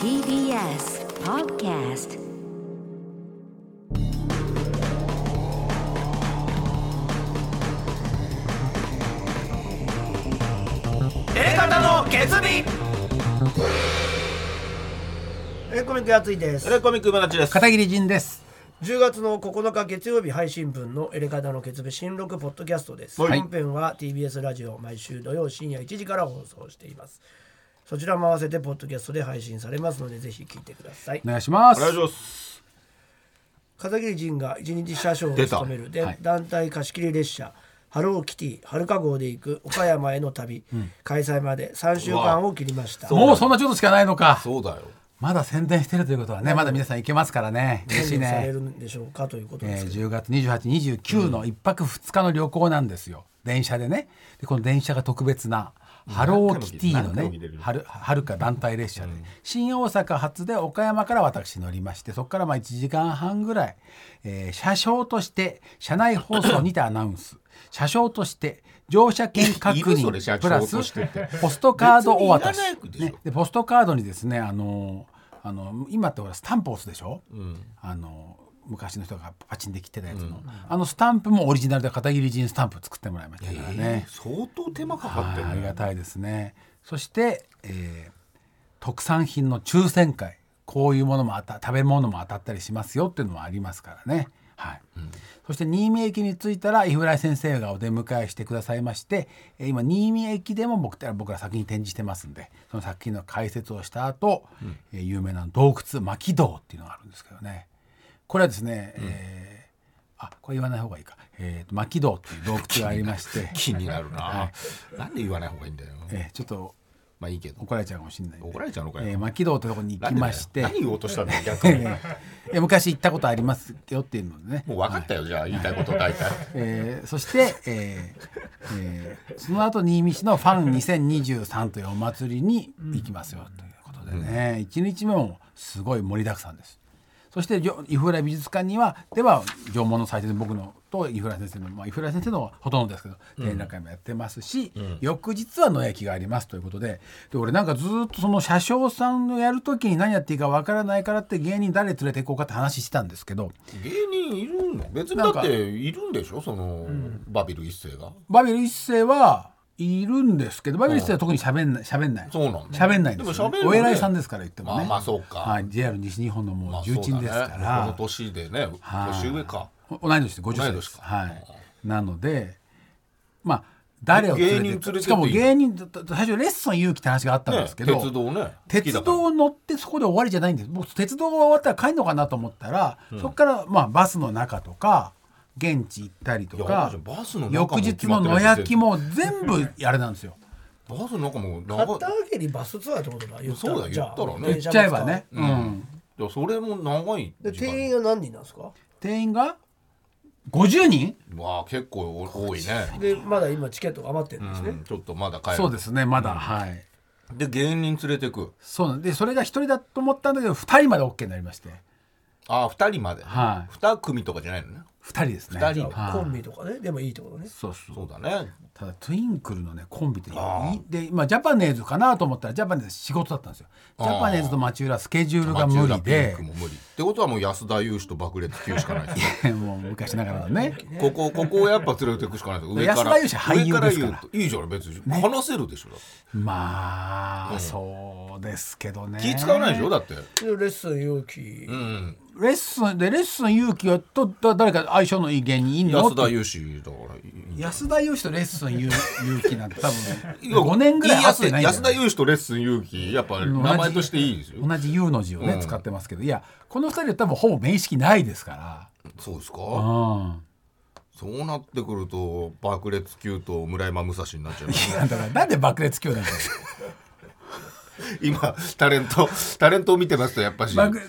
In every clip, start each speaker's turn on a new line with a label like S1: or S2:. S1: TBS Podcast
S2: 方の決意
S3: エレコミックやついです
S2: エレコミック今立ちです
S4: 片桐仁です。
S3: 10月の9日月曜日配信分のエレカタの決別新録ポッドキャストです、
S2: はい
S3: 本編は TBS ラジオ毎週土曜深夜1時から放送していますそちらも合わせてポッドキャストで配信されますのでぜひ聞いてください
S4: お願いしま
S2: お
S4: す。
S2: 願いします
S3: 片桐仁が一日車掌を
S2: 出た
S3: 務めるで、
S4: はい
S3: 団体貸し切り列車ハローキティはるか号で行く岡山への旅、開催まで3週間を切りました
S4: もうそんなちょっとしかないのか。
S2: そうだよ
S4: まだ宣伝してるということはね、まだ皆さん行けますから ね。嬉しい
S3: 何をされ
S4: ね
S3: る。んでしょうかということで
S4: え
S3: す
S4: ー
S3: けど、
S4: 10月28、29の1泊2日の旅行なんですよ。電車でね。で、この電車が特別な、ハローキティの
S2: 何回も見れ
S4: ね
S2: る、
S4: はるはるか団体列車で、新大阪発で岡山から私乗りまして、そこからまあ1時間半ぐらい、えー車掌として、車内放送にてアナウン ス。車掌として、乗車券確
S2: いるそれ車
S4: 認、
S2: 掌
S4: プラス
S2: としてって、
S4: ポストカードお渡し
S2: 別にいらないで。しょ
S4: ねでポストカードにですねあのあの今ってほらスタンプ押すでしょ、あの昔の人がパチンで切ってたやつの、あのスタンプもオリジナルで片桐仁スタンプ作ってもらいましたからね、
S2: 相当手間かかっ
S4: は
S2: て
S4: い
S2: る
S4: ありが
S2: ね
S4: たいですねそして、えー特産品の抽選会こういうものもあた食べ物も当たったりしますよっていうのもありますからね、はいそして新見駅に着いたら井浦井先生がお出迎えしてくださいましてえー今新見駅でも僕た僕ら作品展示してますんでその作品の解説をした後、えー有名な洞窟牧洞っていうのがあるんですけどねこれはですね、えーあこれ言わない方がいいか、えーと、牧洞っていう洞窟がありま して
S2: 気になるななんで言わない方がいいんだよ
S4: えーちょっと
S2: まあいいけど
S4: 怒られちゃうかもしれないんで
S2: 怒られちゃうのかよ
S4: えー、牧道というところに行
S2: なん
S4: き
S2: でだ
S4: ま
S2: よ
S4: して、
S2: 何言おうとしたんだよ逆 にも
S4: えー昔行ったことありますよっていうのでね
S2: う、分かったよじゃあ言いたいこと大体
S4: えーそして、えーえーその後新見市のファン2023というお祭りに行きますよということでね、一日目もすごい盛りだくさんですそしてじょ伊浦美術館にはでは縄文の祭典僕のと伊浦先生の、まあ、伊浦先生のほとんどですけど展覧会もやってますし、翌日は野焼きがありますということでで俺なんかずっとその車掌さんのやる時に何やっていいかわからないからって芸人誰連れていこうかって話してたんですけど
S2: 芸人いるの別に
S4: な
S2: だ
S4: んか
S2: っているんでしょそのバビル一世が
S4: バビル一世はいるんですけどバビル一世は特に喋んない喋んない
S2: そうなんだ
S4: 喋んないんですよ
S2: でも喋る
S4: ね
S2: よね
S4: お偉いさんですから言ってもね
S2: まあまあそうか
S4: はい、JR 西日本のもう重鎮ですから、
S2: まあそうだねこの年でね
S4: はい
S2: 年上か
S4: お同い年で50歳で
S2: 同い年
S4: す
S2: か
S4: はいなのでまあ誰を連れ
S2: 芸人連
S4: て
S2: れてっていい
S4: しかも芸人だだ最初レッスン勇気って話があったん
S2: ね
S4: ですけど、
S2: 鉄道ね
S4: 鉄
S2: 好きだか
S4: 道乗ってそこで終わりじゃないんです僕鉄道が終わったら帰るのかなと思ったら、そこからまあバスの中とか現地行ったりと
S2: いやわか
S4: か
S2: るじゃんバスの中も
S4: 翌日の野焼きも全部あれなんです よ。
S2: らバスなんかもう
S3: 買っ
S2: 長い
S3: たわけにバスツアーってことだ言ったら
S2: そうだよ
S3: じゃあ
S2: 言ったらね
S4: 言っちゃえばね、うん、
S2: いやそれも長い
S3: で
S2: 時間
S3: 定員が何人なんですか
S4: 定員が50人
S2: わあ結構多いね
S3: でまだ今チケット余ってるんですね、
S2: うんちょっとまだ帰る
S4: そうですねまだ、はい
S2: で芸人連れてく
S4: そうなんでそれが1人だと思ったんだけど2人まで OK になりまして
S2: ああ2人まで、
S4: は
S2: 2組とかじゃないのね
S4: 2人ですね
S2: 二人
S4: はい
S3: コンビとかねでもいいってことね
S4: そうそう
S2: そうだね
S4: ただトゥインクルのねコンビっていい
S2: あー
S4: で今ジャパネーズかなと思ったらジャパネーズ仕事だったんですよジャパネーズと町浦スケジュールが無理で
S2: 町浦ピンクも無理ってことはもう安田祐志と爆裂級しかないで す
S4: もう昔ながらのね
S2: ここここをやっぱ連れてくしかないです
S4: 安田祐志俳優ですから
S2: 上言うといいじゃん別に、話せるでしょだって
S4: まあ、そうですけどね
S2: 気使わないでしょだって
S3: でレッスン容器、
S2: うん
S4: レッスンでレッスン勇気はとだ誰か相性のいい芸人いんの
S2: 安田
S4: って
S2: 祐志だからいい
S4: 安田祐志とレッスン勇 勇気なんて多分5年ぐらい会
S2: 言や
S4: っ
S2: す
S4: てないんじゃ
S2: 安
S4: な
S2: 田
S4: い
S2: 祐志とレッスン勇気やっぱ名前としていいですよ
S4: 同じ U の字をね、
S2: うん
S4: 使ってますけどいやこの2人は多分ほぼ面識ないですか
S2: そうですか
S4: らうん
S2: そうなってくると爆裂級と村山武蔵になっちゃいます
S4: いやだからなんで爆裂教団か
S2: 今タレントタレントを見てますとやっぱし
S4: 爆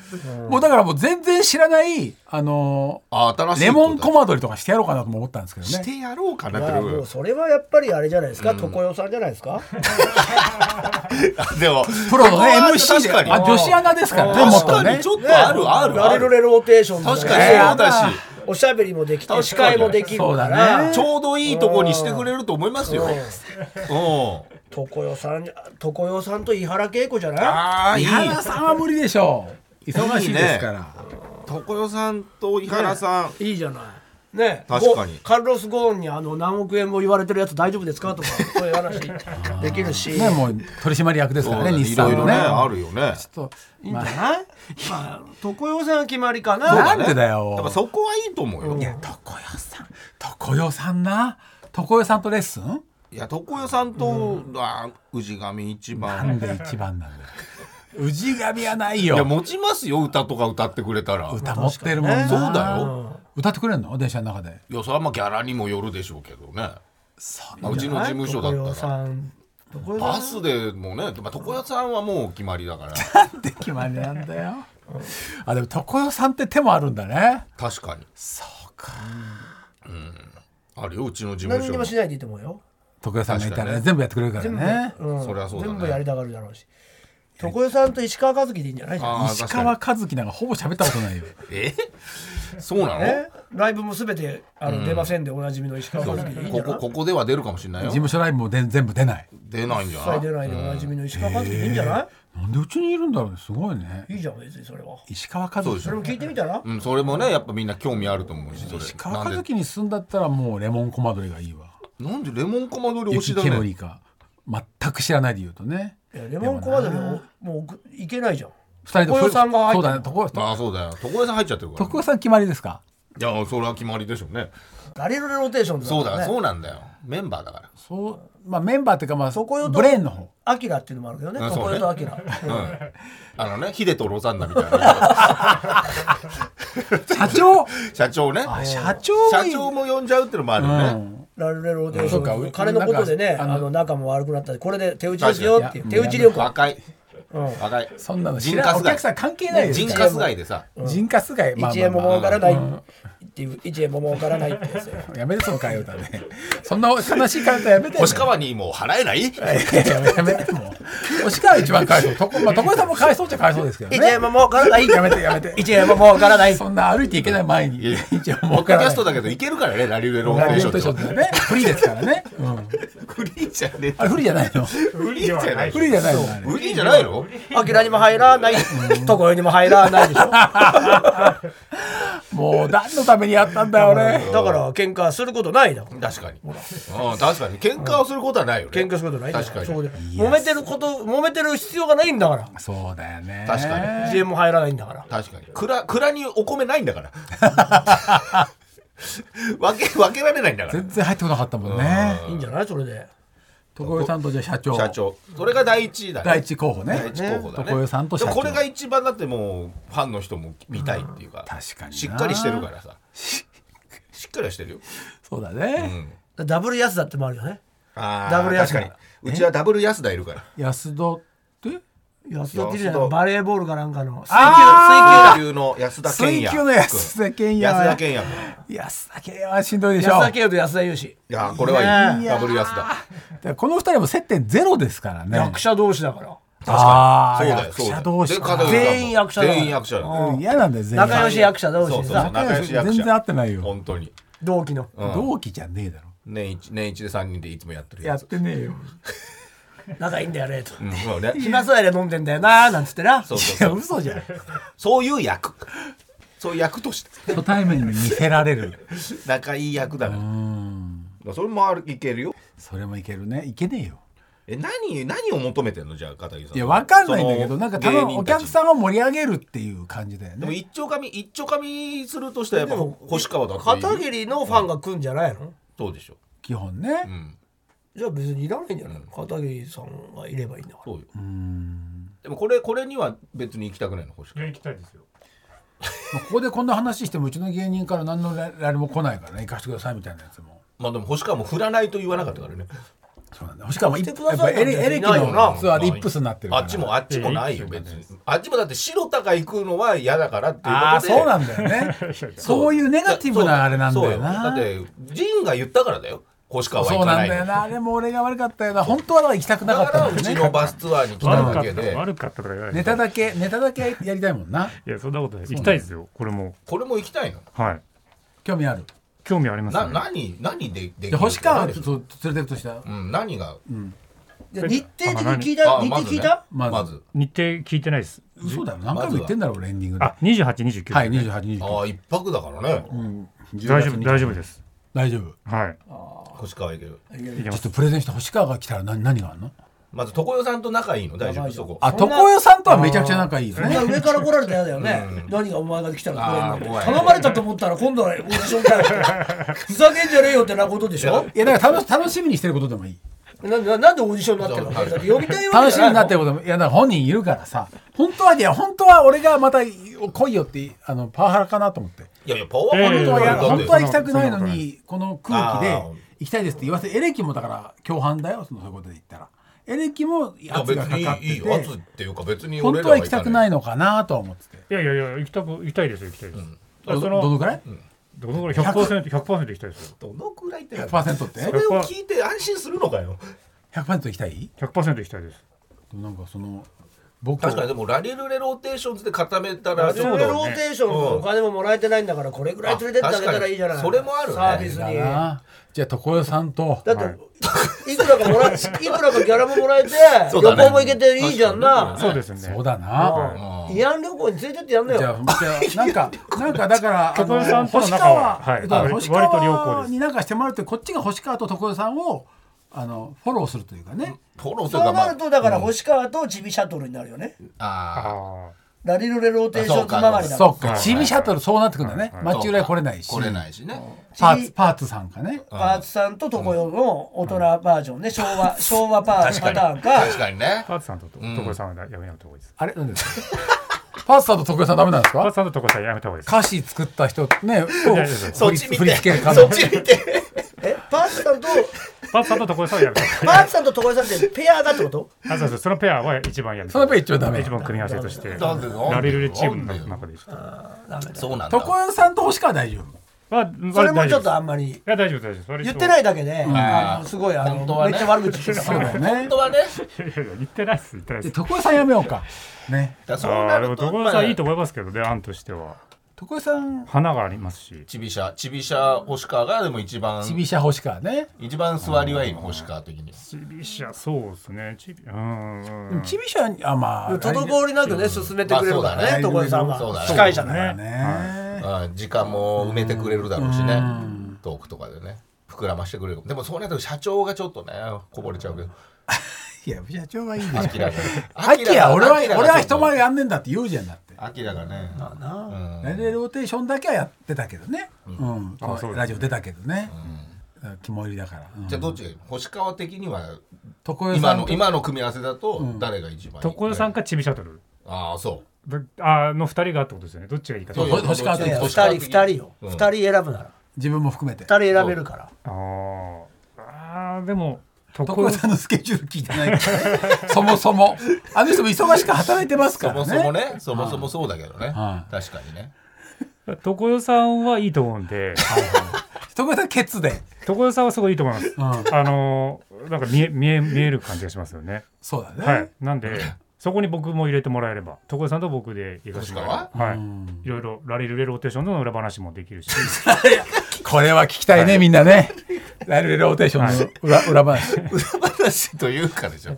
S4: もうだからもう全然知らないあの
S2: あ新しい
S4: レモンコ
S2: マ
S4: マ撮りとかしてやろうかなとも思ったんですけど
S2: し
S4: ね
S2: てやろうかな
S3: まあもう
S2: っ
S3: それはやっぱりあれじゃないですか、床代さんじゃないです か
S2: てでも
S4: プロのね
S2: そこは
S4: MC で
S2: 確か
S4: あ
S2: に
S4: 女子アナですからね元
S2: 確か
S4: ね
S2: にちょっとあるあるあ
S3: ラレロ
S2: る
S3: レローテーションと
S2: 確
S3: か
S2: かに
S3: ね
S2: そうだし
S3: おしゃべりもできて
S2: 確かに
S3: 司会もできる
S4: そう
S3: か
S4: だ
S3: ら
S4: ね
S2: ちょうどいいとこにしてくれると思いますよ
S3: うん
S2: うん
S3: 床代さん床代さんと井原恵子じゃない
S2: ああい
S4: 井
S2: い
S4: 原さんは無理でしょう忙しいですから
S2: 床代さんと井原さん、
S3: いいじゃないね
S2: 確かに
S3: ゴカルロス・ゴーンにあの何億円も言われてるやつ大丈夫ですかとかそういう話できるし
S4: ねもう取締役です
S2: そ
S4: か
S2: う
S4: ら
S2: だ
S4: ね
S2: ね
S4: 日
S2: いろ
S4: 産
S2: いろ
S4: のね
S2: ねあるよね
S4: ちょっ
S3: い
S4: と
S3: いんじ
S4: ま
S3: ゃ
S4: あ
S3: ない、まあ、床代さんは決まりか
S4: そう
S3: な
S4: だねなんでだよ
S2: だからそこはいいと思うよ、
S3: うん
S4: い
S2: い
S4: や床代さん床代さんな床代さんとレッスン
S2: や床代さんと、あー氏神一
S4: なん
S2: 番
S4: で一番なんだよ氏神はない
S2: いや
S4: よ
S2: 持ちますよ歌とか歌ってくれたら
S4: 歌持ってるもんな
S2: そうだよ
S4: 歌ってくれんの電車の中で
S2: いやそれはまあギャラにもよるでしょうけどね
S4: そ
S2: まあうちの事務所だ
S3: 床代
S2: ったら
S3: さん床代
S2: バ
S3: さん
S2: スでもね、まあ、床屋さんはもう決まりだから
S4: んで決まりなんだよあでも床代さんって手もあるんだね
S2: 確かに
S4: そうか
S2: あるようちの事務
S3: 何に
S2: 所
S3: もしないでいいと思うよ
S4: 床代さんがいたら
S2: 確
S4: ね
S2: かにね
S4: 全部やってくれるからね
S3: うん
S2: そりゃそうだね
S3: 全部やりたがるだろうし床代さんと石川和樹でいいんじゃない
S2: あー
S4: 石
S2: 確かに
S4: 川和樹なんかほぼ喋ったことないよ
S2: え そうなの
S3: ねライブもすべてあの出ませんでおなじみの石川
S2: そ
S3: 和
S2: う
S3: 樹でいいんじ
S2: こ
S3: ゃな
S2: こ
S3: い
S2: ここでは出るかもしれない
S4: 事
S2: よ
S4: 務所ライブもで全部出ない
S2: 出ないんじゃ
S3: 一
S2: ない
S3: 切出ないでおなじみの石川和樹でいいんじゃない
S4: なんでうちにいるんだろうねすごいね
S3: いいじゃん別にそれは
S4: 石川和
S2: そ
S4: 樹
S2: うでし
S3: それ
S2: ょ
S3: も聞いてみたら
S2: うん、それもねやっぱみんな興味あると思うしそれ
S4: 石川
S2: な
S4: 和
S2: んで
S4: 樹に住んだったらもうレモンコマドリがいいわ
S2: なんでレモンコマ撮り推
S4: 雪
S2: しだね
S4: 煙か全く知らないで言うとね
S3: いやレモンコマドリはもう送いけないじゃん
S4: 二人で
S3: 床代さんが入
S4: そ
S3: っ
S4: う
S3: て
S4: だ
S3: る
S4: ね床代
S2: ああそうだよ床屋さん入っちゃってるから、
S4: 徳代さん決まりですか
S2: いやそれは決まりでしょうね
S3: 誰のローテーションだ
S2: そうだ、
S3: ね
S2: そうなんだよメンバーだか
S4: そうまあメンバーっていうかま
S3: 床代
S4: あ
S3: と
S4: ブレーンの方
S3: アキラっていうのもあるけどね
S2: うん
S3: 床
S2: そうね
S3: 代とアキラ
S2: らうんあのねヒデとロザンナみたい な
S4: 社長
S2: 社長ね
S4: あ
S2: 社
S4: 社長がいい
S2: 長も呼んじゃうってのもあるよね、
S4: うん
S3: ラルレローテーシ
S4: そうか
S3: ョン
S4: う
S3: 金のことでね
S4: なん
S3: あ
S4: かあの
S3: の仲も悪くなったりこれで手打ちですよっていう
S4: 確か
S3: 手
S4: に
S3: 打ち料金
S2: 若い
S3: うん
S2: 若い
S4: そんなの知
S2: 人
S4: らん
S2: 活
S4: お客さん
S2: 街
S4: 関係ないです
S2: 人
S4: から
S2: 活街でさ
S4: 人活街まあ
S3: 一
S4: まあ
S3: 円も
S4: まあ
S3: 儲からないっていう一円も儲からない ってやつよ
S4: やめてその替え歌ねそんな悲しい替え歌やめて
S2: 星川にもう払えない
S4: やめてもう星川一番返そうとこま あ床代さんも返そうっちゃ返そうですけど
S3: 一
S4: ね
S3: 円も儲からない
S4: やめてやめて
S3: 一円も儲からない
S4: そんな歩いていけない前に
S2: いや
S4: 一応
S2: ポ
S4: 儲
S2: ッド
S4: か
S2: キ
S4: ら
S2: ャ
S4: ない
S2: ストだけどいけるからねラリルレロー
S4: ラ
S2: テー
S4: ビ
S2: シ
S4: ッ
S2: ョン
S4: トショ
S2: って
S4: ーだねフリーですからね、うん、
S2: フリーじゃねえ
S4: あれフリーじゃないの
S2: フリーじゃない
S4: フリーじゃないのあれ
S2: フリーじゃないの
S3: アキラにも入らないとこよにも入らないでしょだ
S4: もう何のためにやったんだよ俺
S3: から喧嘩することないだ
S2: 確かにうん確かに喧嘩をすることはないよね
S3: 喧嘩することないんだよ
S2: 確かに
S3: そこで揉めてること揉めてる必要がないんだから
S4: そうだよね
S2: 確かに
S3: 一円も入らないんだから
S2: 確かに蔵蔵にお米ないんだから分け分けられないんだから
S4: 全然入ってこなかったもんね
S3: いいんじゃないそれで
S4: 床代さんとじゃあ社長
S2: 社長それが第一位だね
S4: 第一候補ね
S2: 第一候補だね
S4: 床代さんと社長
S2: でもこれが一番だってもうファンの人も見たいっていうか
S4: 確かにな
S2: しっかりしてるからさしっかりはしてるよ
S4: そうだね、
S3: ダブル安だってもあるよね
S2: あー
S3: ダブル安田
S2: 確かにうちはダブル安田いるから
S4: 安戸って
S3: 安田っているじゃ
S2: 安
S3: な
S2: 田
S3: いバレーボールかなんかの
S2: 水球の安田健
S4: 水
S2: 也
S4: 球の安田健也
S2: 安
S4: は
S2: 田健也君
S4: 安田健也はしんどいでしょ
S3: 安田慶と安田雄志
S2: いやーこれはい
S4: い
S2: い
S4: やー
S2: ダブル安田
S4: だからこの二人も接点ゼロですからね
S3: 役者同士だから
S4: あ
S2: そう
S4: あ
S2: だよ
S4: 役
S2: そうだ
S4: 者
S2: よ
S4: 同士
S2: で
S4: か
S2: 片寄さんも
S3: 全員役者だ
S2: 全員役者だよ
S4: うん嫌なんだよ全員
S3: 仲良し役者同士
S2: そう
S3: で
S2: そうそう
S3: さ
S2: 仲良し役者
S4: 全然合ってないよ
S2: 本当に
S3: 同期の
S4: 同期じゃねえだろ
S2: 年一年一で三人でいつもやってる
S4: や
S2: や
S4: っ
S2: つ
S4: てねえよ
S3: 仲いいんだよねと
S2: うんそうね
S3: 暇そうやで飲んでんだよななんつってな
S2: そうそう
S4: い
S2: そ
S4: や
S2: う
S4: 嘘じゃん
S2: そういう役そういう役として
S4: 初対面に見せられる
S2: 仲いい役だなそれもあるいけるよ
S4: それもいけるねいけねえよ
S2: え何何を求めてんのじゃあ片桐さん
S4: いやわかんないんだけどなんか多
S2: その
S4: 分お客
S2: 芸人たち
S4: さんを盛り上げるっていう感じだよ
S2: でも
S4: ね
S2: 一丁紙一丁紙するとしたらやっぱ星川だって
S3: 片桐のファンが来るんじゃないの
S2: そうでしょ
S4: 基本ね
S2: うん
S3: じゃあ別にいらないんじゃないの片桐さんがいればいいんだから
S2: そうよでもこれこれには別に行きたくないの星
S5: い
S2: 川
S5: や行きたいですよ。
S4: まあここでこんな話してもうちの芸人から何のラリも来ないからね行かせてくださいみたいなやつも
S2: まあでも星川も振らないと言わなかったからね
S4: そうなんだしかもや
S3: して
S4: っ
S3: くだ
S4: ぱ
S3: さい
S4: エ
S3: なんて
S4: レエレキ
S3: いないよ
S4: の
S3: な
S4: ツアーでイップスになってるか
S2: あ
S4: ら
S2: っちもあっちもないよ
S5: いやいい
S2: 別にあっちもだって白田が行くのは嫌だからっていうことで
S4: ああそうなんだよねそういうネガティブなあれなんだよ
S2: そう
S4: な
S2: だって仁が言ったからだよ星川は
S4: そ
S2: 行
S4: うな
S2: かなんい
S4: だよ
S2: の
S4: なあれも俺が悪かったよな本当はだから行きたくなか
S2: だ
S4: っ
S2: か
S4: た
S2: ら
S4: ん
S2: う
S4: だ
S2: ち
S4: よ
S2: の
S4: ね
S2: バスツアーに来た
S5: 悪か
S2: だ
S5: っ
S2: け
S5: た
S2: で
S5: 悪かったとか言わない
S4: ネ
S5: で
S4: タだけネタだけやりたいもんな
S5: す。いやそんなことない。行きたいですよ。これも
S2: これも行きたいの
S5: はい。
S4: 興味ある
S5: 興味あります
S2: な
S5: ね。
S2: 何何ででき
S4: で
S2: る
S4: 星川を
S2: 何
S4: ちょっと連れてくとしたら
S2: うん何が
S3: いや日程的
S5: あ何
S3: に聞いた
S2: あ
S3: 日
S2: ま
S3: 程
S2: ず
S3: 聞い
S2: ね
S3: た
S4: まず
S2: まず
S5: 日程聞いてないです。
S4: 嘘だよ何回も言ってんだろう俺エンディングで
S5: あ、二十八、二十九。
S4: はい28、
S2: あ
S4: 29
S2: あ一泊だからね、
S5: 大丈夫、大丈夫です。
S4: 大丈夫ち
S5: はい。
S2: 腰かわいけど
S5: いけ
S4: ょ
S5: ま
S4: っと
S5: す。
S4: プレゼンして星川が来たら何何があるの
S2: まず床代さんと仲いいの大丈
S3: やば
S2: 夫
S3: いよ
S2: そこ
S4: あ
S3: そん
S4: 床
S3: な
S4: 代さんとはめちゃくちゃ仲いいよ
S3: そん
S4: ね
S3: な上から来られたら嫌だよね。何がお前が来たら来れんのって
S2: あー怖い
S3: 頼まれたと思ったら今度はオーディションだよって。ふざけんじゃねえよってなことでしょ
S4: いやだから楽し楽しみにしてることでもいい
S3: なななんでオーディションになってるのだって呼びたいわけじゃないの
S4: 楽しみになってることもいやだから本人いるからさ本当はいや本当は俺がまた来いよってあのパワハラかなと思って
S2: いやいやパワー
S5: え
S2: ハ
S5: え
S2: ル
S4: 本当
S2: だ
S4: は
S2: よ
S4: いや
S2: だっ
S4: 本
S2: て
S4: 当は行きたくないの
S5: そんなことな
S4: にこの空気で
S2: あー
S4: 行きたいですって言わせエレキもだから共犯だよそのそういうことで言ったらエレキも
S2: いや
S4: 圧
S2: 別
S4: がかかっ
S2: にい
S4: て
S2: い
S4: て
S2: よ圧っていうか別に
S4: 本
S2: 俺
S4: 当
S2: ら
S4: は行きたくない
S2: い
S4: のかなとは思ってて
S5: いやいやいや、行きたく、行きたいですよ、行きたいです。だか
S4: どど
S5: らそ
S4: の
S5: の、
S4: くらい
S5: どのぐらい、百パーセント、百パーセント行きたいですよ。
S2: どのくらいって
S4: 100%って
S2: それを聞いて安心するのかよ
S4: 100%行きたい
S5: 百パーセント行きたいです。
S4: なんかその僕
S2: 確かにでもラリルレローテーションズで固めたら
S3: ラジオ
S2: だ
S3: ローテーションのお金ももらえてないんだからこれぐらい連れてってあげたらいいじゃない
S2: あ確かにそれもあるね
S3: サービス
S4: だ
S3: に
S4: なじゃあ床代さんと
S3: だって、い、くらかもらえいくらかギャラももらえて、旅
S2: そうだね
S3: 行も行けていいじゃんな、
S5: そうですね。
S4: そうだな
S3: うん慰安旅行に連れてってやんの
S4: じ
S3: よ
S4: ゃあじゃあなんかなんかだからあ
S5: 床
S4: の
S5: 代さんとの
S4: 星
S5: 仲は
S4: 川
S5: は
S4: だ
S5: い
S4: から
S5: 割
S4: 星
S5: と割と良好
S4: 川
S5: です
S4: になんかしてもらうってこっちが星川と床代さんをあのフォローするというかね
S2: フォローと
S3: そ
S2: か
S3: うなる
S2: ま
S3: とだから星川とちびシャトルになるよね、
S2: ああ
S5: あ
S3: ラリルレローテーションつながりだ
S4: そっ
S3: か
S4: かチビシャトルそうなってくるんだね
S2: ー
S4: マッチ裏来れないし
S2: 来れないしね
S4: パーツパーツさんかね
S3: らパーツさんと常世の大人バージョンね、昭和昭和パーツパターンか
S2: 確かにね
S5: あ。パーツさんと、ところさんはやめた方がいいです。
S4: あれなんですかパーツさんと床代さんダメなんです
S5: パー
S4: か
S5: ツさんとところさんやめた方がいいです。
S4: 歌詞作った人ね
S5: やいや
S4: 振り付ける
S2: そっち見て
S3: えパーツさんと
S5: パーツさんとところさんはやめた方がいいです
S3: パーツさんと常世さんってペアだってこと
S5: あそうそうそのペアは一番やる
S4: そのペア一番ダメ
S5: 一番組み合わせとして
S2: なんで
S5: ラリルレチームの中では
S2: そうなんだ
S4: 床代さんと星川大丈夫
S5: そ
S3: それもちょっとあんまり
S5: いや大丈夫大丈夫それ
S3: 言ってないいだけで、あのすごいあの、
S2: 本当はね
S3: めっちゃ悪口言って
S4: そう
S3: た
S4: だよね
S2: 本当はね
S5: やいやいや言ってないっす言ってないっ
S4: です床代さんやめようかね
S2: だからそう
S5: あ
S2: な
S5: あでも
S2: ると
S5: 所さんいいと思いますけどね案としては
S4: 床代さん
S5: 花がありますし
S2: ちびしゃちびしゃ星川がでも一番
S4: チビシャ星川ね
S2: 一番座りはいいの星川的に
S5: チビシャそうですねチビうーん
S4: でもチビシャあまあ
S3: 滞りなくね進めてくれるから
S2: まあ
S3: ね
S2: そうだ
S3: 所
S2: ね
S3: さん
S2: そうだ
S3: は
S2: ね
S3: 司会者だから
S5: ね
S4: ね
S2: あ時間も埋めてくれるだろうしねトークとかでね膨らましてくれるでもそうなると社長がちょっとねこぼれちゃうけど
S4: いや社長はいい
S2: ア
S4: ね
S2: キラが
S4: アキラ俺は
S2: アキラが
S4: 俺は人前やんねんだって言うじゃんだって
S2: アキラがね
S4: ラジオローテーションだけはやってたけどねうん
S5: あそうですね
S4: ラジオ出たけどね肝入りだからうん
S2: じゃあどっちがいい星川的には
S4: 床代
S2: 今
S4: さん
S2: の
S4: と
S2: 今の組み合わせだと誰が一番いい
S5: 所さんかチビシャトル
S2: ああそう
S5: どあの二人がってことですよねどっちがいいか
S2: そう
S5: あ
S2: よ
S4: ほ星川的
S3: いやいや
S2: ど
S3: 二
S2: っちか
S3: 人
S2: 的
S3: 二人よ
S2: うん
S3: 二人選ぶなら
S4: 自分も含めて
S3: 二人選べるから
S5: ーあーでも
S4: 床
S5: 所
S4: 代
S5: さ
S4: さ
S5: ん
S4: んのスケジュール聞いてないからね そもそもあの人も忙しく働いてますか
S2: そ
S4: らね
S2: もそもねそもそもそうだけどね
S4: は
S2: 確かにね
S5: 所さんはいいと思うんで
S4: 床代さんケツで
S5: 所さんはすごいいいと思いますあのーなんか見え見え見える感じがしますよね
S4: そうだね、
S5: はい、なんでそこに僕も入れてもらえれば所さんと僕で行かせてもらえればは
S4: う
S5: い、いろいろラリルレローテーションの裏話もできるし
S4: これは聞きたいね、みんなねライブローテーションの裏,、裏話
S2: 裏話というかでしょ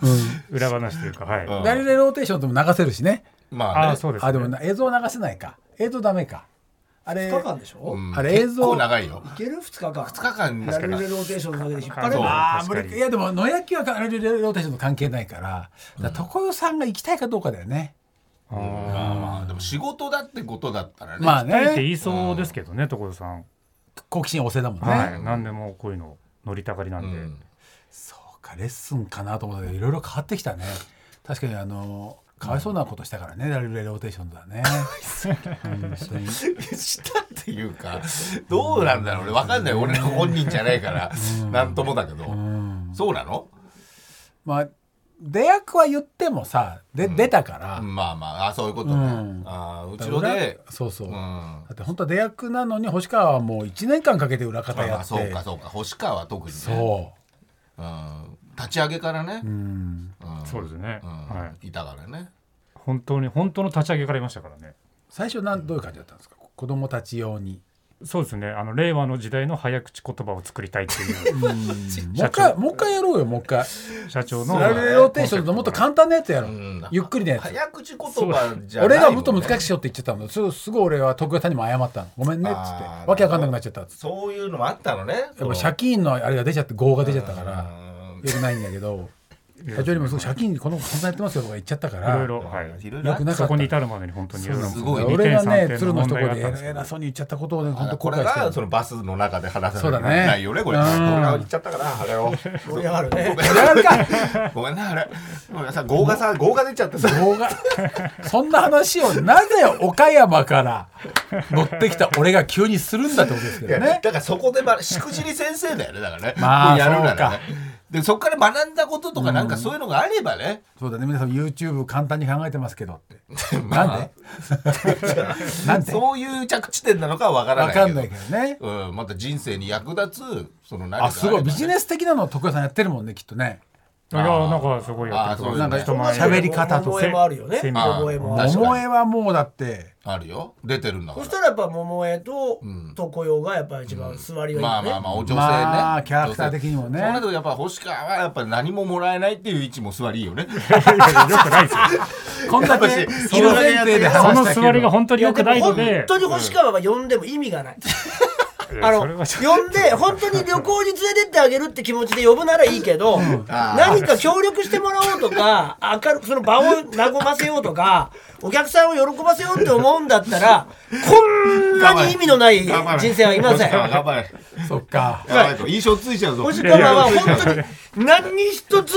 S5: 裏話というかはい、
S4: ライブローテーションでも流せるしね
S2: ま
S5: あ
S2: あ
S5: あ
S2: ね
S5: そうです、ね、
S4: あでもな映像流せないか映像ダメかあれ
S3: 二日間でしょ
S2: うん
S4: あれ映
S2: 結構
S4: 像
S2: 長いよ
S3: いける二日間
S2: 2日間
S3: ラルレローテーションの中で引っ張れ
S5: そう
S3: ば
S4: ああ
S5: 確
S4: 無
S5: かに
S4: 理かいやでも野焼きはライブローテーションと関係ないからだから床代さんが行きたいかどうかだよね、
S5: あ
S2: まあまあでも仕事だってことだったらね
S4: まあ
S5: あって言
S4: ね
S5: いそうですけどね所さん、
S4: 好奇心旺盛だもんね、
S5: はい何でもこういうの乗りたがりなんで、
S2: うん
S4: そうかレッスンかなと思ったけどいろいろ変わってきたね確かにあのかわいそうなことしたからね、ライブローテーションだ ね本当に
S2: したっていうかどうなんだろう俺わかんない俺ら本人じゃないからなんともだけどそうなの
S4: まあ出役は言ってもさで、出たから、
S2: まあまああそういうことね
S4: うん
S2: あーうちので
S4: 裏そうそう、
S2: うん
S4: だって本当は出役なのに星川はもう1年間かけて裏方や
S2: ま
S4: っ
S2: あ
S4: て
S2: そうかそうか星川は特にね
S4: そ
S2: うん立ち上げからね
S4: ううん
S2: うん
S5: そうですね、
S2: うん
S5: はい
S2: いたからね
S5: 本当に本当の立ち上げからいましたからね
S4: 最初なんどういう感じだったんですか子供たち用に
S5: そうですねあの令和の時代の早口言葉を作りたいってい う
S4: もう一回もう一回やろうよもう一回
S5: 社長の
S4: ラグビーローテーションともっと簡単なやつやろ
S2: ん
S4: ゆっくりなやつ
S2: 早口言葉じゃない
S4: 俺がもっと
S2: もんね
S4: 難しいよって言っちゃったのそれすごい俺は徳川さんにも謝ったのごめんねっつって
S2: あー
S4: わけわかんなくなっちゃったっつって
S2: そういうのもあったのね
S4: やっぱ借金のあれが出ちゃって業が出ちゃったから
S2: うん
S4: よくないんだけど社長にもすごい借金この子散々やってますよとか言っちゃったか
S5: いろ
S4: ら
S5: いろはい
S2: いろいろ
S4: よ
S2: あっ
S4: くなか
S5: そ
S4: っ
S5: こに
S4: た
S5: 至るまでに本当にいろいろ
S2: すごい
S4: 俺が
S5: 二
S4: ね
S5: 転
S4: 鶴の
S5: 三
S4: 一
S5: 転
S4: 言
S5: の問題があったんです
S4: で
S5: けど
S4: 偉そうに言っちゃったことをね本当
S2: こ
S4: 後
S2: れ
S4: 悔して
S2: が
S4: る
S2: そのバスの中で話
S4: そ
S2: さ
S4: う
S2: な
S4: だ
S2: き
S4: ね
S2: ゃないよねこれ
S4: うん
S2: 俺が言っちゃったからあれを
S3: 盛り上がるね
S2: ごめんなさい ごめんなあれごめんなさい豪華さ豪華出ちゃってさ
S4: 動画そんな話をなぜ岡山から乗ってきた俺が急にするんだってことですけ
S2: い
S4: ど
S2: や
S4: ね
S2: だからそこでまあしくじり先生だよねだからね
S4: まあ
S2: もうやるなら
S4: そ
S2: ねでそこから学んだこととかなんかそういうのがあればね
S4: そうだね皆さん YouTube 簡単に考えてますけどって なんでなんで
S2: そういう着地点なのかはわから
S4: わ
S2: ない
S4: かんないけどね
S2: うん、また人生に役立つその何か
S4: あすごいビジネ
S2: ス
S4: ス的なのを徳川さんやってるもんねきっとね
S5: いやなんかすごいやってくれ
S2: あーそう
S5: る
S2: です
S5: 人
S2: ね
S5: 前
S4: 喋り方と
S3: 桃江もあるよね
S5: セミナー
S3: 桃江もあ
S2: 確
S3: る
S2: かに
S4: 桃江はもうだって
S2: あるよ出てるんだか
S3: そ
S2: ら
S3: したらやっぱ桃江と常陽がやっぱ一番座りがいいよね、
S2: まあまあまあお女性ね、
S4: まあキャラクター的にもね
S2: そうなるとやっぱ星川はやっぱ何ももらえないっていう位置も座りいい よね
S5: よくないですよ
S4: こんだけ
S2: やっぱし
S4: 急前提で
S5: その
S4: 話したけど
S5: 座りが本当に良くないの
S3: いや
S5: で
S3: も本当に星川は呼んでも意味がない、あの
S5: それはちょっ
S3: 呼んで本当に旅行に連れてってあげるって気持ちで呼ぶならいいけど何か協力してもらおうとか明るくその場を和ませようとかお客さんを喜ばせようって思うんだったらこんなに意味のない人生はいません
S2: 星。川頑張れ
S4: そっか
S2: やばいぞ印象ついちゃうぞ
S3: 星川は本当に何一つ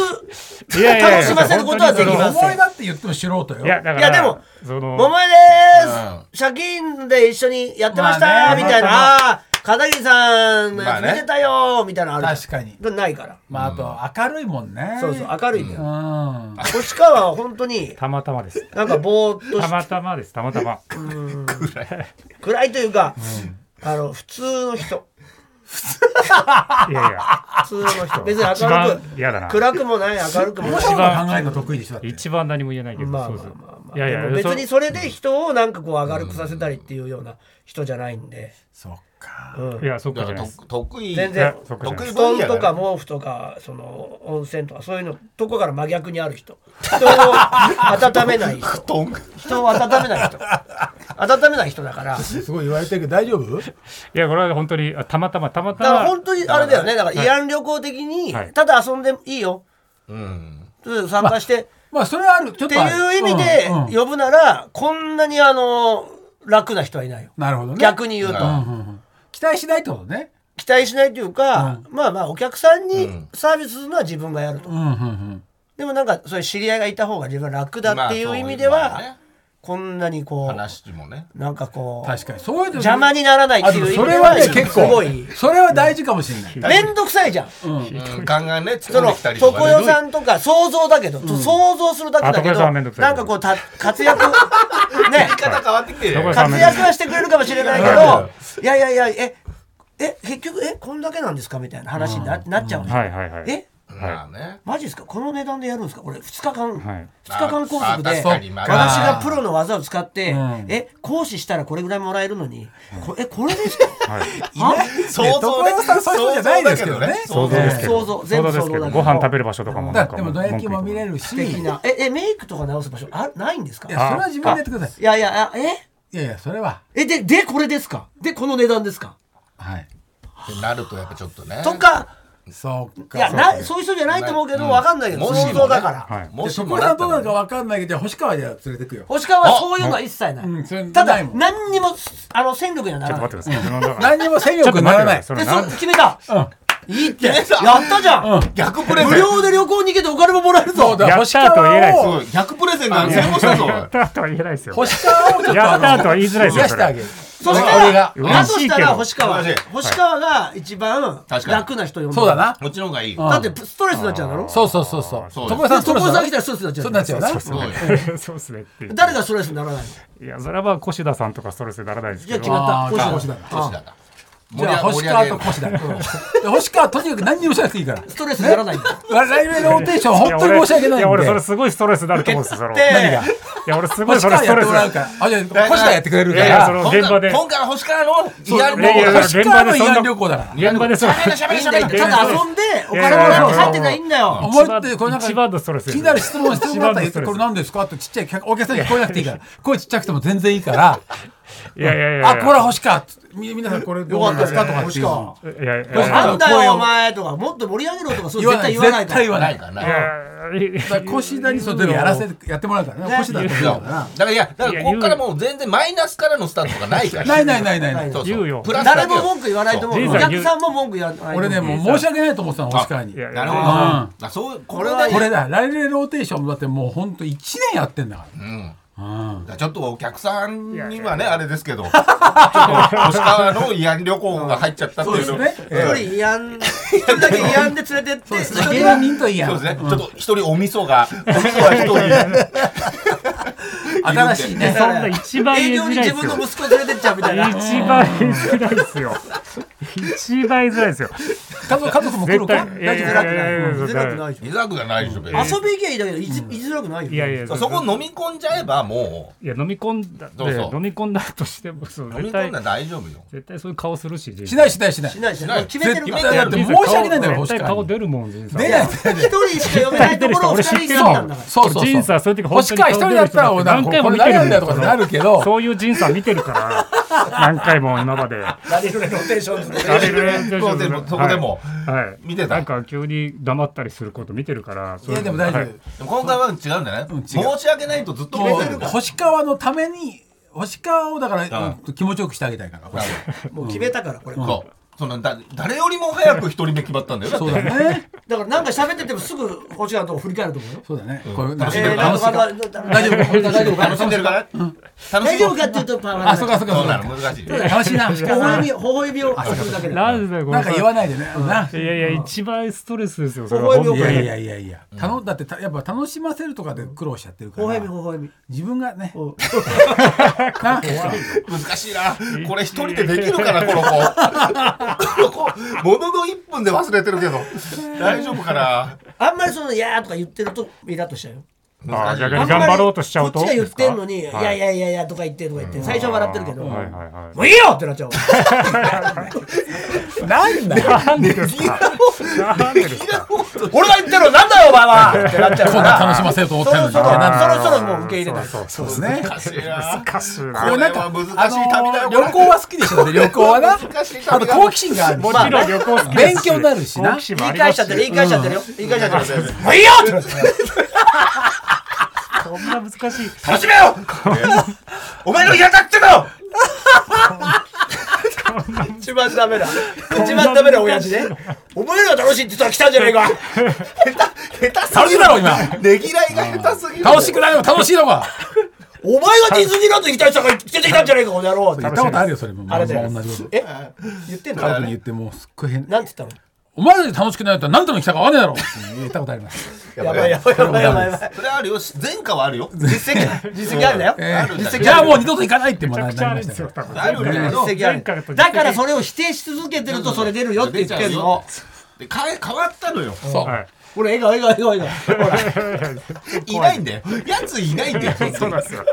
S5: といやいやい
S3: 楽
S5: や
S3: しませることはできませ
S4: 桃
S3: ん
S4: 江。だって言っても素人よ
S5: いやだから
S3: いやでも
S5: その
S3: 桃江です、借金で一緒にやってました、
S4: まあね
S3: みたいな、
S4: ま
S3: ああー片桐さんのやつ見てたよ、みたいなのある
S4: 確かに
S3: にないから、
S4: まああと明るいもんね
S3: そうそう明るいんだ
S4: う
S3: よ、
S4: ん
S3: 星川は本当に
S5: たまたまです
S3: なんかぼーっと
S5: た
S3: し
S5: またまですたまたま
S3: 暗いというか、あの普通の人
S5: いやいや
S3: 普通の人別に
S5: 一
S3: 明る
S5: 番嫌だ
S3: く
S5: な
S3: 暗くもない明るくもない
S4: 一番考えるの得意でしょだって
S5: 一番何も言えないけど
S3: まあ
S5: そ
S3: まあ
S5: う
S3: ま
S5: そう
S3: あまあ
S5: いやい
S3: でも
S5: や
S3: 別にそれで人をなんかこう明るくさせたりっていうような人じゃないんで、
S4: そっか
S3: うん
S5: いやそっか
S2: だ
S5: じ
S2: か
S5: ゃ
S2: ら
S5: ないです
S2: と得意
S3: 全
S5: いや
S3: 然
S5: そっかじゃない
S2: 得
S5: で
S2: 意
S5: す
S3: 布団
S2: 分野
S3: と
S2: だ
S3: か
S2: ね
S3: 毛布とかその温泉とかそういうのとこから真逆にある人人を温めない人
S2: トン
S3: 人を温めない人温めない人だからだ
S4: すごい言われてるけど大丈夫
S5: いやこれは本当にあたまたまたま
S3: から
S5: たま
S3: 本当にあれだよねだから慰安旅行的に
S5: はい
S3: ただ遊んでもいいよ
S2: うん
S3: 参加して
S4: まあそれはあるちょ
S3: っ
S4: っ
S3: て
S4: とある
S3: いう意味
S4: うんうん
S3: で呼ぶならこんなにあの楽な人はいないよ
S4: なるほどね
S3: 逆に言うと
S2: う
S4: う
S2: ん
S4: んうんうん期待しないってことね
S3: 期待しないというかまあまあお客さん
S2: う
S3: に
S2: ん
S3: サービスするのは自分がやると
S4: うんうんうん
S3: でもなんかそういう知り合いがいた方が自分は楽だっていう意味で
S2: まあそういうのもある
S3: は
S2: ね
S3: こんなにこう
S2: 話もね
S3: なんかこう
S4: 確かにそういうの
S3: 邪魔にならないって
S4: あで
S3: い
S4: も
S3: う意
S4: そ
S3: 味で
S4: れ
S3: は
S4: はね結
S3: すご
S4: 構
S3: い
S4: それは大事かもしれない
S3: 面倒くさいじゃん。
S2: うん考えね
S3: そ
S2: 作って
S3: の
S2: きたりとか
S3: 床
S2: ね
S3: 代さんとか想像だけど、想像するだけだけ
S5: あ床屋さんは面
S3: ど
S5: 倒くさ
S3: ないんかこうた 活躍ね
S2: 言い方変わってきてるよ
S5: 床屋さん
S3: 活躍はしてくれるかもしれないけどいやいやいやええ結局えこんだけなんですかみたいな話にな,、なっちゃうの、
S5: はいはいはい
S3: え
S2: まあね
S3: マジですかこの値段でやるんですかこれ2日間、
S5: はい
S3: 2日間拘束
S2: あ
S3: で
S2: 確かにまあ
S3: 私がプロの技を使って、
S4: ん
S3: え行使したらこれぐらいもらえるのに、こえこれですか
S5: はい
S2: 想
S4: ね
S2: 像
S4: 床屋さんそういう人じゃないですけどね
S5: 想像ですけど
S3: 想像全部
S5: 想像ですけ
S3: 想像だ
S5: ど
S3: け
S5: ご
S3: ど
S5: 飯食べる場所とかもな
S4: だ
S5: ん
S4: か
S5: から
S4: でもドヤキも見れるしいや
S3: 的
S4: そ
S3: なええメイクとか直す場所あないんですか
S4: れは自分でやってください
S3: いやいやあえ
S4: いやいやそれは
S3: えででこれですかでこの値段ですか
S4: はい
S2: ってなるとやっぱちょっとね
S3: とか
S4: そっ
S3: い
S4: か
S3: やなそういう人じゃないと思うけどわかんないけど
S2: もしもね
S3: 想像だから
S5: はい
S2: もし
S4: そ
S2: も
S4: こ
S2: な
S4: ら
S2: った
S4: どうな
S2: ら
S4: るかわかんないけどじゃあ星川じゃあ連れてくよ
S3: 星川はそういうのは一切な
S4: うんそれ
S3: いた
S4: な
S3: だ
S4: いもん
S3: 何にもあの戦力にはな
S5: ちょっ
S3: ら
S5: と
S3: ない
S5: 待ってくださいそのだから
S4: 何にも戦
S5: ちょっと
S4: 力にな
S5: 待っ
S4: ら
S5: てく
S3: えそ
S4: ない
S5: ださいそれな
S3: うん決めた
S4: うん
S3: いいってや
S2: 決めた
S3: ったじゃん
S2: 逆プレ
S3: 無
S2: ゼント
S3: 料で旅行に行けてお金ももらえる
S4: そう
S3: ぞ
S4: だ
S5: やったーとは言えないです
S4: 星川を
S2: そう逆プレゼントなんて成功したぞおい
S5: やったとは言えないですよ
S4: 星川をちょっと
S5: や
S4: あ
S5: った
S4: の
S5: とは言いづらいです
S4: 増やし
S5: よそ
S4: てあげ
S5: れ
S4: る
S3: そした
S2: 俺が
S3: ら
S5: 嬉
S3: だと
S5: しい
S3: し
S5: けど
S3: たら星川
S2: 嬉しい
S3: 星川が一番
S2: 確かに
S3: 楽な人呼んで
S4: そうだな
S2: もちろんがいい
S4: ん
S3: だってストレスになっちゃうんだろ
S4: そうそうそうそう
S2: そう
S4: 所
S2: です
S4: さん
S3: そこ
S4: 所
S3: さ
S4: さ
S3: ん
S4: ん
S3: 来たらストレスになっちゃう
S4: そ
S3: よ
S4: うなっちゃうな
S2: そうよ
S5: そうですねっていう
S3: 誰がストレスにならないの
S5: いやそれは越田さんとかストレスにならないです
S3: じゃ
S5: け
S3: あ
S5: ど
S3: 決まった
S4: あー
S3: 星
S4: じゃあ
S3: 川
S4: 星川
S2: 星だ
S4: じゃ
S2: な
S4: あ星川と腰だ。うん星川とにかく何にもしなくていいから。
S3: ストレスにならないんだ
S4: ライブローテーション本当に申し訳ないんで。
S5: や俺それすごいストレスになると思うんですよその
S3: で
S5: 何
S4: 何が
S5: や俺すごい
S4: 星
S5: それ
S4: 川
S5: ス
S4: や
S5: ト
S4: って
S5: レス
S4: もらうからあじゃあ星川やってくれるか
S5: いやいやそ
S4: ら
S5: の
S2: 今
S5: 現場で
S2: 回今回は星からのいや
S5: いやいやい
S2: も
S5: や
S2: う
S4: 星川の慰安旅行だから
S5: 現場でそう
S2: 喋れ喋れ喋れ
S5: 現場で
S3: ただ遊んでお
S5: いやい
S3: 金も
S5: やいや
S3: 入ってないんだよ
S4: お前ってこれなんか
S5: 一番のストレスです
S4: 気になる質問してもらったら言って
S5: 一番のストレス
S4: これ何ですかってちっちゃい客お客さんに聞こえなくていいから声ちっちゃくても全然いいから
S5: いやいやいやいや
S4: あこれは星川み皆さんこれどうなんですかとかっていうの
S5: いやいやい
S4: 星川
S5: や
S3: なんだよお前とかもっと盛り上げろとかそう
S4: 言
S3: 絶
S4: わない
S3: 対言わない
S4: 絶
S3: から
S4: 対言わなか
S2: ないいから
S5: い
S2: な。
S5: やいや
S4: ら腰田にその時やらせてやってもらうからね
S3: ね
S4: 腰田って
S2: い
S4: そうだから
S2: やだからいやだからここからもう全然マイナスからのスタートがないから。
S4: ないないないないない
S2: そう
S5: 言う
S2: そう
S5: よ
S2: プラスだけ
S3: 誰
S2: よ
S3: も文句言わないと思
S5: そうう
S3: お客さんも文句言わない
S4: 俺ねもう申し訳ないと思ってたの星川に
S5: いやい
S2: な
S5: や
S2: るほど。
S4: うん
S2: あそうこれは
S4: これだ来年ローテーションだってもうほんと1年やってんだか
S2: うん。
S4: らうん
S2: ちょっとお客さん
S5: いや
S2: に
S5: い
S2: は
S5: や
S2: ねあれですけど、ちょっと星川の慰安旅行が入っちゃったっていう
S4: そ
S2: の
S4: うですね
S3: 一人慰安一人だけ慰安で連れてって一人
S4: 芸
S3: は
S4: 人といいや
S2: そ
S4: ん
S2: うですね。ちょっと一人お味噌が、お味噌は
S4: 新しいね
S5: そんな一番
S3: 営
S5: 言い
S3: 業
S5: づ
S3: に
S5: らい
S3: 自
S5: です
S3: 分
S5: よ
S3: の息子連れてっちゃうみたいな
S5: 一番言いづらいですよ一番言いづらいですよ
S4: 家族家族も来る
S5: 絶
S4: か大
S5: 対いやい
S4: 丈
S5: や
S4: 夫
S5: いやいや
S4: か
S5: いや
S3: 出なくない
S2: 一人。居酒屋ないでしょ別に
S3: 遊び行きゃいいだけどいじいじらくないよ
S5: いやいや
S2: そこ飲み込んじゃえばも
S5: いや飲み込んだって
S2: そうそう
S5: 飲み込んだとしてもそう
S2: う飲み
S5: 絶
S2: 込
S5: 対
S2: んだら大丈夫よ。
S5: 絶対そういう顔するし
S4: しない
S5: し
S4: しないしない
S3: しないし
S2: し
S3: な
S2: ないい
S3: 決めてるか
S2: 絶
S4: だ
S2: 対
S3: ら
S4: って申し訳ないんだよ
S5: 絶
S4: 星
S5: 対
S4: 川
S5: 顔
S4: に
S5: 出るもん人さん
S4: 出ない出ない
S3: 一人しか呼べないところを二人にしたんだから
S4: そうそうそう
S5: ジンさんそういう時本
S4: 星
S5: 当に
S4: 川一人だったら俺なん
S5: 何
S4: か
S5: 回
S4: こ
S5: も
S4: れ
S5: 見
S4: 何
S5: てる
S4: やん
S5: もん
S4: だよとかなるけど
S5: そういうジンさん見て るから何回も今まで
S3: ラリルレローテーションズで
S5: あれれ
S2: そこでもそこでも
S5: はいはい
S2: 見てた
S5: なんか急に黙ったりすること見てるから
S4: いやでも大丈夫
S2: でも今回は違うんじゃない、申し訳ないとずっと
S4: も
S2: 思
S4: う
S2: ってるから。
S4: 星川のために星川をだから
S2: う
S4: うん気持ちよくしてあげたいから星 川
S3: もう決めたからこれだ
S2: そう。そのだ誰よりも早く一人目決まったんだよ。
S4: そう
S2: だっ
S4: だ
S2: て
S4: ね
S3: からなんか喋っててもすぐこっち側のとこ振り返ると思うよ
S4: そうだねこれ
S2: 楽しんで
S3: えー
S2: る
S3: な
S2: か
S3: ん
S2: ら
S3: とかな大
S4: 大丈夫本当大丈夫
S2: 楽しんでるから。楽しい
S3: 丈夫かっていうとパワーが
S4: あそうかそうか
S2: そうな
S4: か
S2: の難しい。
S4: 楽しいな
S3: 微笑み微笑みを遊ぶだけで
S5: なんでこれ
S4: なんか言わないでねない
S5: やいや一番ストレスですよそれ
S3: 微
S5: は
S3: 笑みを
S5: 本
S4: い
S5: 当
S4: やい
S5: に
S4: やいやいや頼んだってたやっぱ楽しませるとかで苦労しちゃってるか
S3: 微笑
S4: ら
S3: み微笑み
S4: 自分がね
S3: お
S4: な
S2: 難しいな。これ一人でできるかな、この子。この子、ものの一分で忘れてるけど。大丈夫かな。
S3: あんまりその「いやー」とか言ってるとイラッとしちゃうよ
S5: あ
S2: 難しい
S5: 逆
S3: あ
S5: に
S3: んま
S5: 頑
S3: り
S5: 張ろうとしちゃうと
S3: こっちが言ってんのに「い
S5: ですか
S3: やいやいやいや」とか言ってとか言って最初は笑ってるけど「
S5: はい
S3: も
S5: はいはいう
S3: いいよ!」ってなっちゃう
S4: なんだよ
S5: なんでですかなんでで すか
S3: 俺が言ってるのなんだよお前は ってなっちゃう
S4: こ
S3: か
S4: ん
S3: ら
S4: な楽しませようと思って
S3: そ
S4: る
S3: ろ
S4: のに
S3: そろ
S4: あなんだ
S3: そろそろもう受け入れない
S5: そうそう
S4: そうですね
S2: 難しいな。
S5: 難しいな
S2: これは難しい旅だよ、
S4: あのー
S2: これ
S4: 旅行は好きでしょ旅行はな
S2: 難しい旅だ
S4: あと好奇心があるし
S5: もちろん旅行好きですし
S4: 勉強になるしな
S5: 好奇心も
S3: 言
S5: あ
S3: い
S5: り
S3: 返
S5: ま
S3: しちゃ
S5: す
S3: ってる言い返しちゃってるよ言い返しちゃってる
S2: もういいよってなって
S5: そんな難しい。
S2: 楽しめよお前の嫌だっての
S3: 一番ダメだ一番ダメだ親父ねお前らが楽しいって言ったら来たんじゃねえか
S2: 下手
S4: 楽しいだろ今
S2: ねぎらいが下手すぎる
S4: 楽しくないの楽しいのか
S3: お前がディズニーランド行きたい人が出てきたんじゃねえかこの野郎って
S4: 言ったことあるよそれも
S3: あれだ
S4: ま
S3: よ
S4: あ同じこと
S3: え言ってんの
S4: 家族に言ってもうすっごい変
S3: なんて言ったの
S4: お前らで楽しくないとは何とも来たか分かんないだろ言ったことあります
S3: やばいやばいやばいやばいやばい
S2: それあるよ前科はあるよ
S3: 実績実績あるんだよ
S4: え
S2: るんだ
S4: ーじゃあもう二度と行かないっても
S5: めち
S4: なな
S5: ゃ
S4: り
S5: くち
S4: まし
S5: ゃあるんです
S4: た
S5: よ
S4: よ。
S5: 多分
S2: あるんだけど
S3: 実績あ
S5: 前回と
S3: る
S5: 実績
S3: だからそれを否定し続けてるとそれ出るよって言ってんの
S2: でか変わったのよ
S4: そう
S5: はい。
S3: ほら笑顔笑顔笑顔ほら
S2: いないんだよやついないんだよ
S5: そうなんですよ。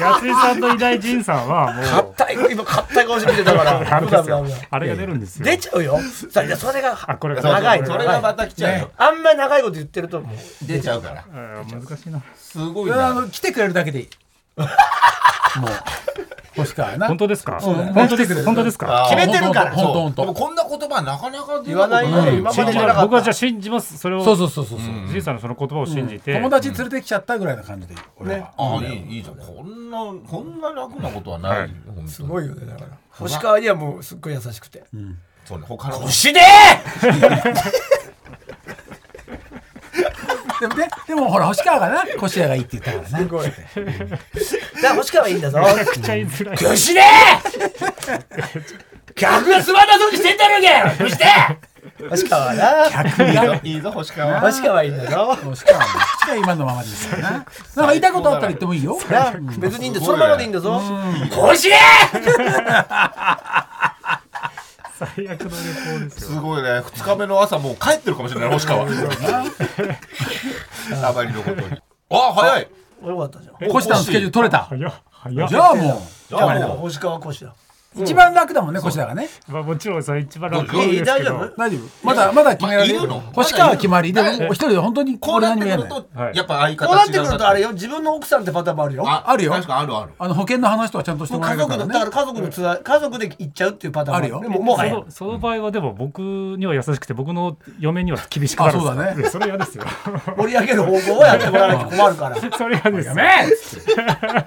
S5: 安井さんと偉大仁さんはもう
S3: 硬い今硬い顔して見てたから
S5: あるんですよ
S3: 危ない危ない。
S5: あれが出るんですよ
S3: 出。ちゃうよそれそれが
S5: あこれが
S3: 長い
S5: こ
S2: そ
S5: れ
S2: れ
S5: が
S2: がまた来ちゃうよ
S3: あんまり長いこと言ってるともう
S2: 出ちゃうから
S5: あー難しいな。
S2: すごい
S4: いやあ
S2: な
S4: の来てくれるだけでいいもう星川な
S5: 本当ですか？
S4: そうだね
S5: 本当です。本当ですか？
S2: あ
S3: 決めてるから
S4: 本当本
S2: でも
S4: 当
S2: こんな言葉なかなか出
S3: 言わない
S2: こと
S3: よ今ま
S5: 信
S3: で
S5: じ
S3: じ
S5: ま
S3: ゃ
S5: す
S3: なか
S5: 僕は
S3: っ
S5: じゃ
S3: た
S5: あ信じます。それを
S4: そうそうそうそうそう
S5: 仁さんのその言葉を信じて。
S4: 友達連れてきちゃったぐらいな感じでいい俺は
S2: あいいいいじゃんこんなこんな楽なことはない、
S5: はい
S2: す
S3: すごいよねだから星川にはもうすっごい優しくて
S2: そうね他の
S3: 星で
S4: でもねでもほら星川がな腰屋がいいって言ったからな
S3: すごいだから星川はいいんだぞ
S5: めちゃくちゃ言いづらい。
S3: 星で客がつまんなそうにしてんだろうが星で星川はない
S2: いぞいいぞ星川
S3: 星川はいいんだぞ
S4: 星川は星川は今のままでいいからななんか言いたいことあったら言ってもいいよ
S3: な別にいいんだよそのままでいいんだぞ星で
S5: 最悪の旅行です
S2: す
S5: よ。
S2: ごいね二日目の朝もう帰ってるかもしれない星川あまりのことにあ早い
S3: よかったじゃん
S2: え
S4: 越したのスケジュール取れた
S5: 早っ早っ
S4: じゃあも
S2: じゃあ
S3: じゃあ
S2: もう
S3: 星川越だ
S4: う一番楽だもんね越田がね
S5: まあもちろんそれ一番楽
S2: え
S5: ですけ
S3: 大丈
S5: ど
S3: 夫
S4: 大丈夫まだまだ決められ
S2: まあ
S4: る
S2: いるの
S4: 越川決まりで
S2: まだいる
S4: もう一人で本当に
S2: こう
S4: 俺
S2: なっ
S4: 何
S2: て
S4: もや
S2: くる
S4: らない
S2: とやっぱ相
S3: こ
S2: 方
S3: うなってくる
S2: 違
S3: とあれよ自分の奥さんってパターンもあるよも
S2: あ
S4: あるよ
S2: 確かにあるある
S4: あの保険の話とかちゃんとして
S3: う
S4: もらえ
S3: 家
S4: るか
S3: 族
S4: ら
S3: のだか
S4: ね
S3: ら家族のツアー家族で行っちゃうっていうパターンも
S4: あるよ
S3: でももは
S5: そ
S3: や
S5: のその場合はでも僕には優しくて僕の嫁には厳しくなるんです
S4: あそうだね
S5: いやそれ嫌ですよ
S3: 盛り上げる方向をやってもらわなきゃ困るから
S5: それ嫌です
S4: や
S5: よ
S4: めえっつって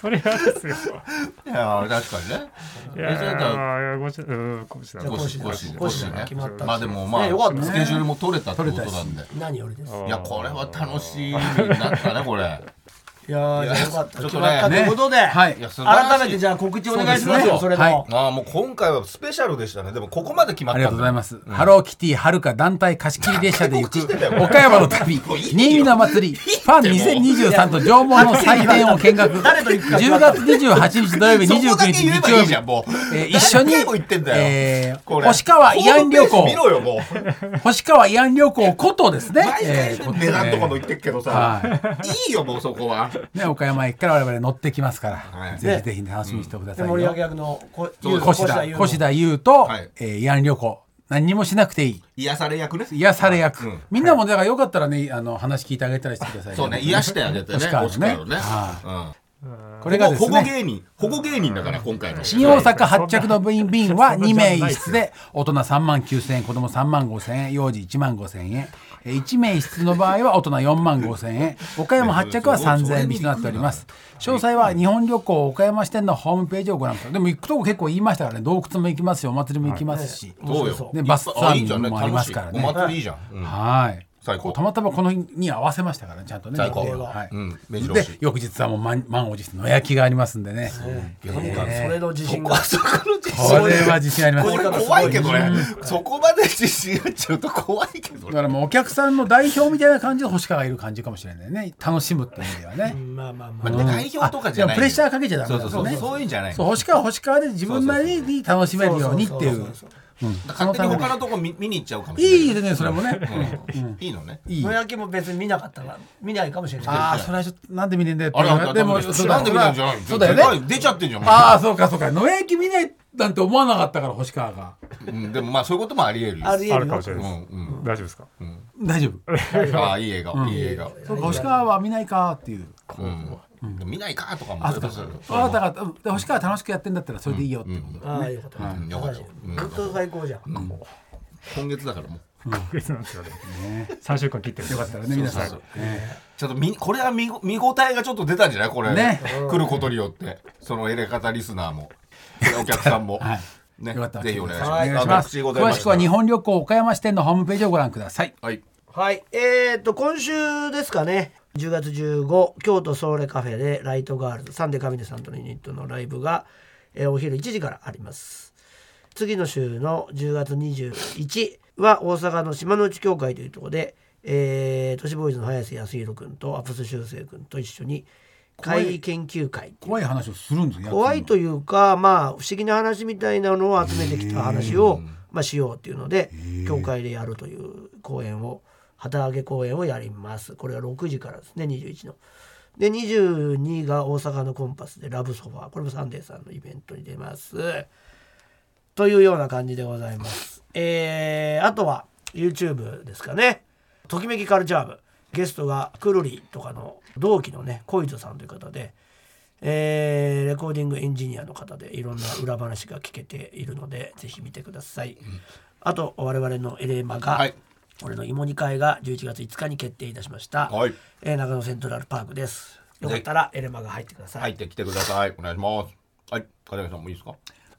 S5: それ嫌ですよ
S2: いや確かにね
S5: い
S2: えじゃあだから
S5: やごしうんごしだ
S3: じゃあ
S2: コシ
S3: 越田
S2: コシ
S3: 越田
S2: コシね
S3: 決まったし
S2: まあでもまあ
S3: ねよかったね
S2: スケジュールも取れたってことなんで
S3: 何よりです
S2: いやこれは楽しいになったねこ れ
S3: いやーじゃあよかった
S2: ちょっ
S3: 決
S2: とね
S3: まったということで
S4: はい
S2: いや素晴らしい
S3: 改めてじゃあ告知お願いしますよ
S4: そ
S3: そうれ
S4: です
S3: と
S4: ねはい
S3: も
S2: ああもう今回はスペシャルでしたねでもここまで決ま
S4: あ
S2: った
S4: りがとうございますす、ハローキティはるか団体貸し切り列車で行く
S2: 告知してたよ
S4: 岡山の旅新見の祭りファン2023と縄文の祭典を見学
S3: 誰と行くか
S4: 10月28日土曜日
S2: そこだ
S4: 29
S2: け
S4: 日
S2: 言え
S4: 日
S2: ば
S4: 曜
S2: いい
S4: 日
S2: じゃんもう
S4: えー一緒に
S2: 何回も言ってんだよ
S4: えー
S2: これ
S4: 星川慰安旅
S2: ホームページ見ろ
S4: 行
S2: よもう
S4: 星川慰安旅行ことですね
S2: 毎
S4: え
S2: 回
S4: ー
S2: 値段とかも言ってっけどさ
S4: えーはい
S2: いよもうそこは
S4: ね、岡山駅から我々乗ってきますから、
S2: い
S4: ぜひぜひ楽しみにしてくださ
S3: で
S4: いよ、
S3: 盛り上げ役のこ
S2: そうです
S4: 越田
S3: 優
S4: 越田優と、
S2: はい
S4: えー、慰安旅行何にもしなくていい
S2: 癒され役ね
S4: 癒され役、
S2: うん
S4: みんなもだからよかったらねあの話聞いてあげたりしてください、
S2: そうね癒してあげてね
S4: 星川のね
S2: 星川のね
S4: はこ
S2: うん
S4: れがです
S2: 保護
S4: ね
S2: 芸人保護芸人だから今回の
S4: 新大阪発着の便便は2名一室で大人3万9000円子供3万5000円幼児1万5000円1名一室の場合は大人4万5000円岡山発着は3000円引きとなっております詳細は日本旅行岡山支店のホームページをご覧くださいでも行くとこ結構言いましたからね洞窟も行きますしお祭りも行きますし、
S2: どう
S3: そ
S2: よ
S4: ねバスツアー
S2: いいじゃんね
S4: もありますからね
S2: 楽しいお祭りいいじゃんうん
S4: はい。
S2: 最高
S4: こうたまたまこの日に合わせましたから、ちゃんとね。
S2: 最高
S4: 日程をはい。
S2: うん目白
S4: で
S2: 押し、
S4: 翌日はもう満満を持して野焼きがありますんでね。
S3: とにかくそれの自信が
S2: そこの自信
S4: これは自信あります。
S2: これ
S4: だ
S2: 怖いけどねそこまで自信がちょっと怖いけどね
S4: からもうお客さんの代表みたいな感じで星川がいる感じかもしれないね。楽しむっていう意味ではね。
S3: まあまあま
S2: ま
S3: あ
S2: あ代表とかじゃな
S4: あでも
S2: い
S4: プレッシャーかけちゃダメだ
S2: そ
S4: よ
S2: う
S4: ね
S2: そうそうそういうんじゃない
S4: そう星川は星川で自分なりに楽しめるようにっていう。
S2: 勝手に他のとこ見見に行っちゃうかもしれない
S4: いいですね、それもね。
S2: うんいいのね
S4: いい
S3: 野。焼きも別に見なかったら見ないかもしれない
S4: ああ、それはちょっとなんで見ねえんだよって
S2: あれあれ
S4: でも、
S2: ダメだ
S4: そうだ
S2: なんで見ないんじゃない
S4: そうだよね。
S2: 出ちゃってんじゃん
S4: ああそうかそうか野焼き見ないなんて思わなかったから星川が
S2: うんでもまあそういうこともあり得るよ
S3: ありえ
S5: あ
S3: る
S5: るか
S3: よ
S5: もしれ
S2: う
S5: ない
S2: んうん
S5: 大丈夫ですか
S4: 大丈夫
S2: ああいい映画いい映画
S4: そうか星川は見ないかっていう
S2: うんでも見ないかとかも
S4: あそうか
S2: そうそう
S4: あなたがうんで星川楽しくやってんだったらそれでいいよっていうこと
S3: ああいうこと
S2: うんよかったうん
S3: ずっと最高じゃん
S2: 今月だからもう
S5: 今月なんですよね3週間切ってる
S4: よかったらね皆さんね
S2: ちょっとみこれは見ご見応えがちょっと出たんじゃないこれ
S4: ね
S2: 来ることによってそのエレカタリスナー もお客さんも
S4: はい
S2: ね
S4: よかったら
S2: ぜひお願いし
S4: お
S2: ま
S4: 願い
S2: す
S4: します
S2: あ告知ございま
S4: 詳
S2: た
S4: しくは日本旅行岡山支店のホームページをご覧ください
S2: はい
S3: はいえっと今週ですかね10月15京都ソーレカフェでライトガールズサンデー神出さんとのユニットのライブがえーお昼1時からあります次の週の10月21は大阪の島の内教会というところでえー都市ボーイズの早瀬康弘君とアプス修正君と一緒に会議研究会っていう
S4: 怖い話をするんですよ
S3: 怖いというかまあ不思議な話みたいなのを集めてきた話を、まあ、しようっていうので教会でやるという公演を旗揚げ公演をやりますこれは6時からですね21の。で22が大阪のコンパスでラブソファーこれもサンデーさんのイベントに出ます。というような感じでございます。えー、あとは YouTube ですかね。ときめきカルチャー部。ゲストがくるりとかの同期のね、小糸さんという方で、えーレコーディングエンジニアの方でいろんな裏話が聞けているので、ぜひ見てください。あと、我々のエレーマが、
S2: はい
S3: 俺の芋煮会が11月5日に決定いたしました。
S2: はい
S3: えー長野セントラルパークです。よかったらエレマが入ってください。
S2: 入ってきてくださいお願いしますはい片桐さんもいいですか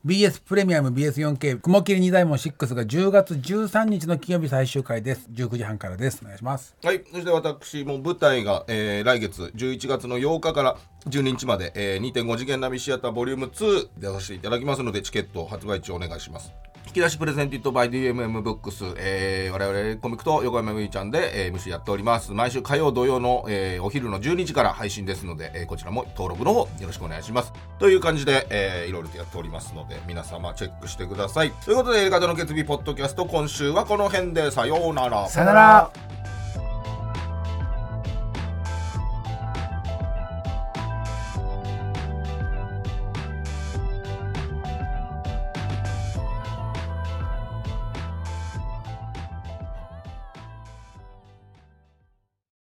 S4: BS プレミアム BS4K 雲霧二大門6が10月13日の金曜日最終回です19時半からですお願いします
S2: はい、そして私も舞台が、えー来月11月の8日から12日まで、えー2.5次元並みシアターボリューム2で出させていただきますのでチケット発売中お願いします引き出しプレゼンティットバイ DMM ブックス、えー、我々コミックと横山由依ちゃんで、えー MC やっております毎週火曜土曜の、えーお昼の12時から配信ですので、えーこちらも登録の方よろしくお願いしますという感じで、えーいろいろとやっておりますので皆様チェックしてくださいということで「エレカタの決意ポッドキャスト」今週はこの辺でさようなら
S4: さよなら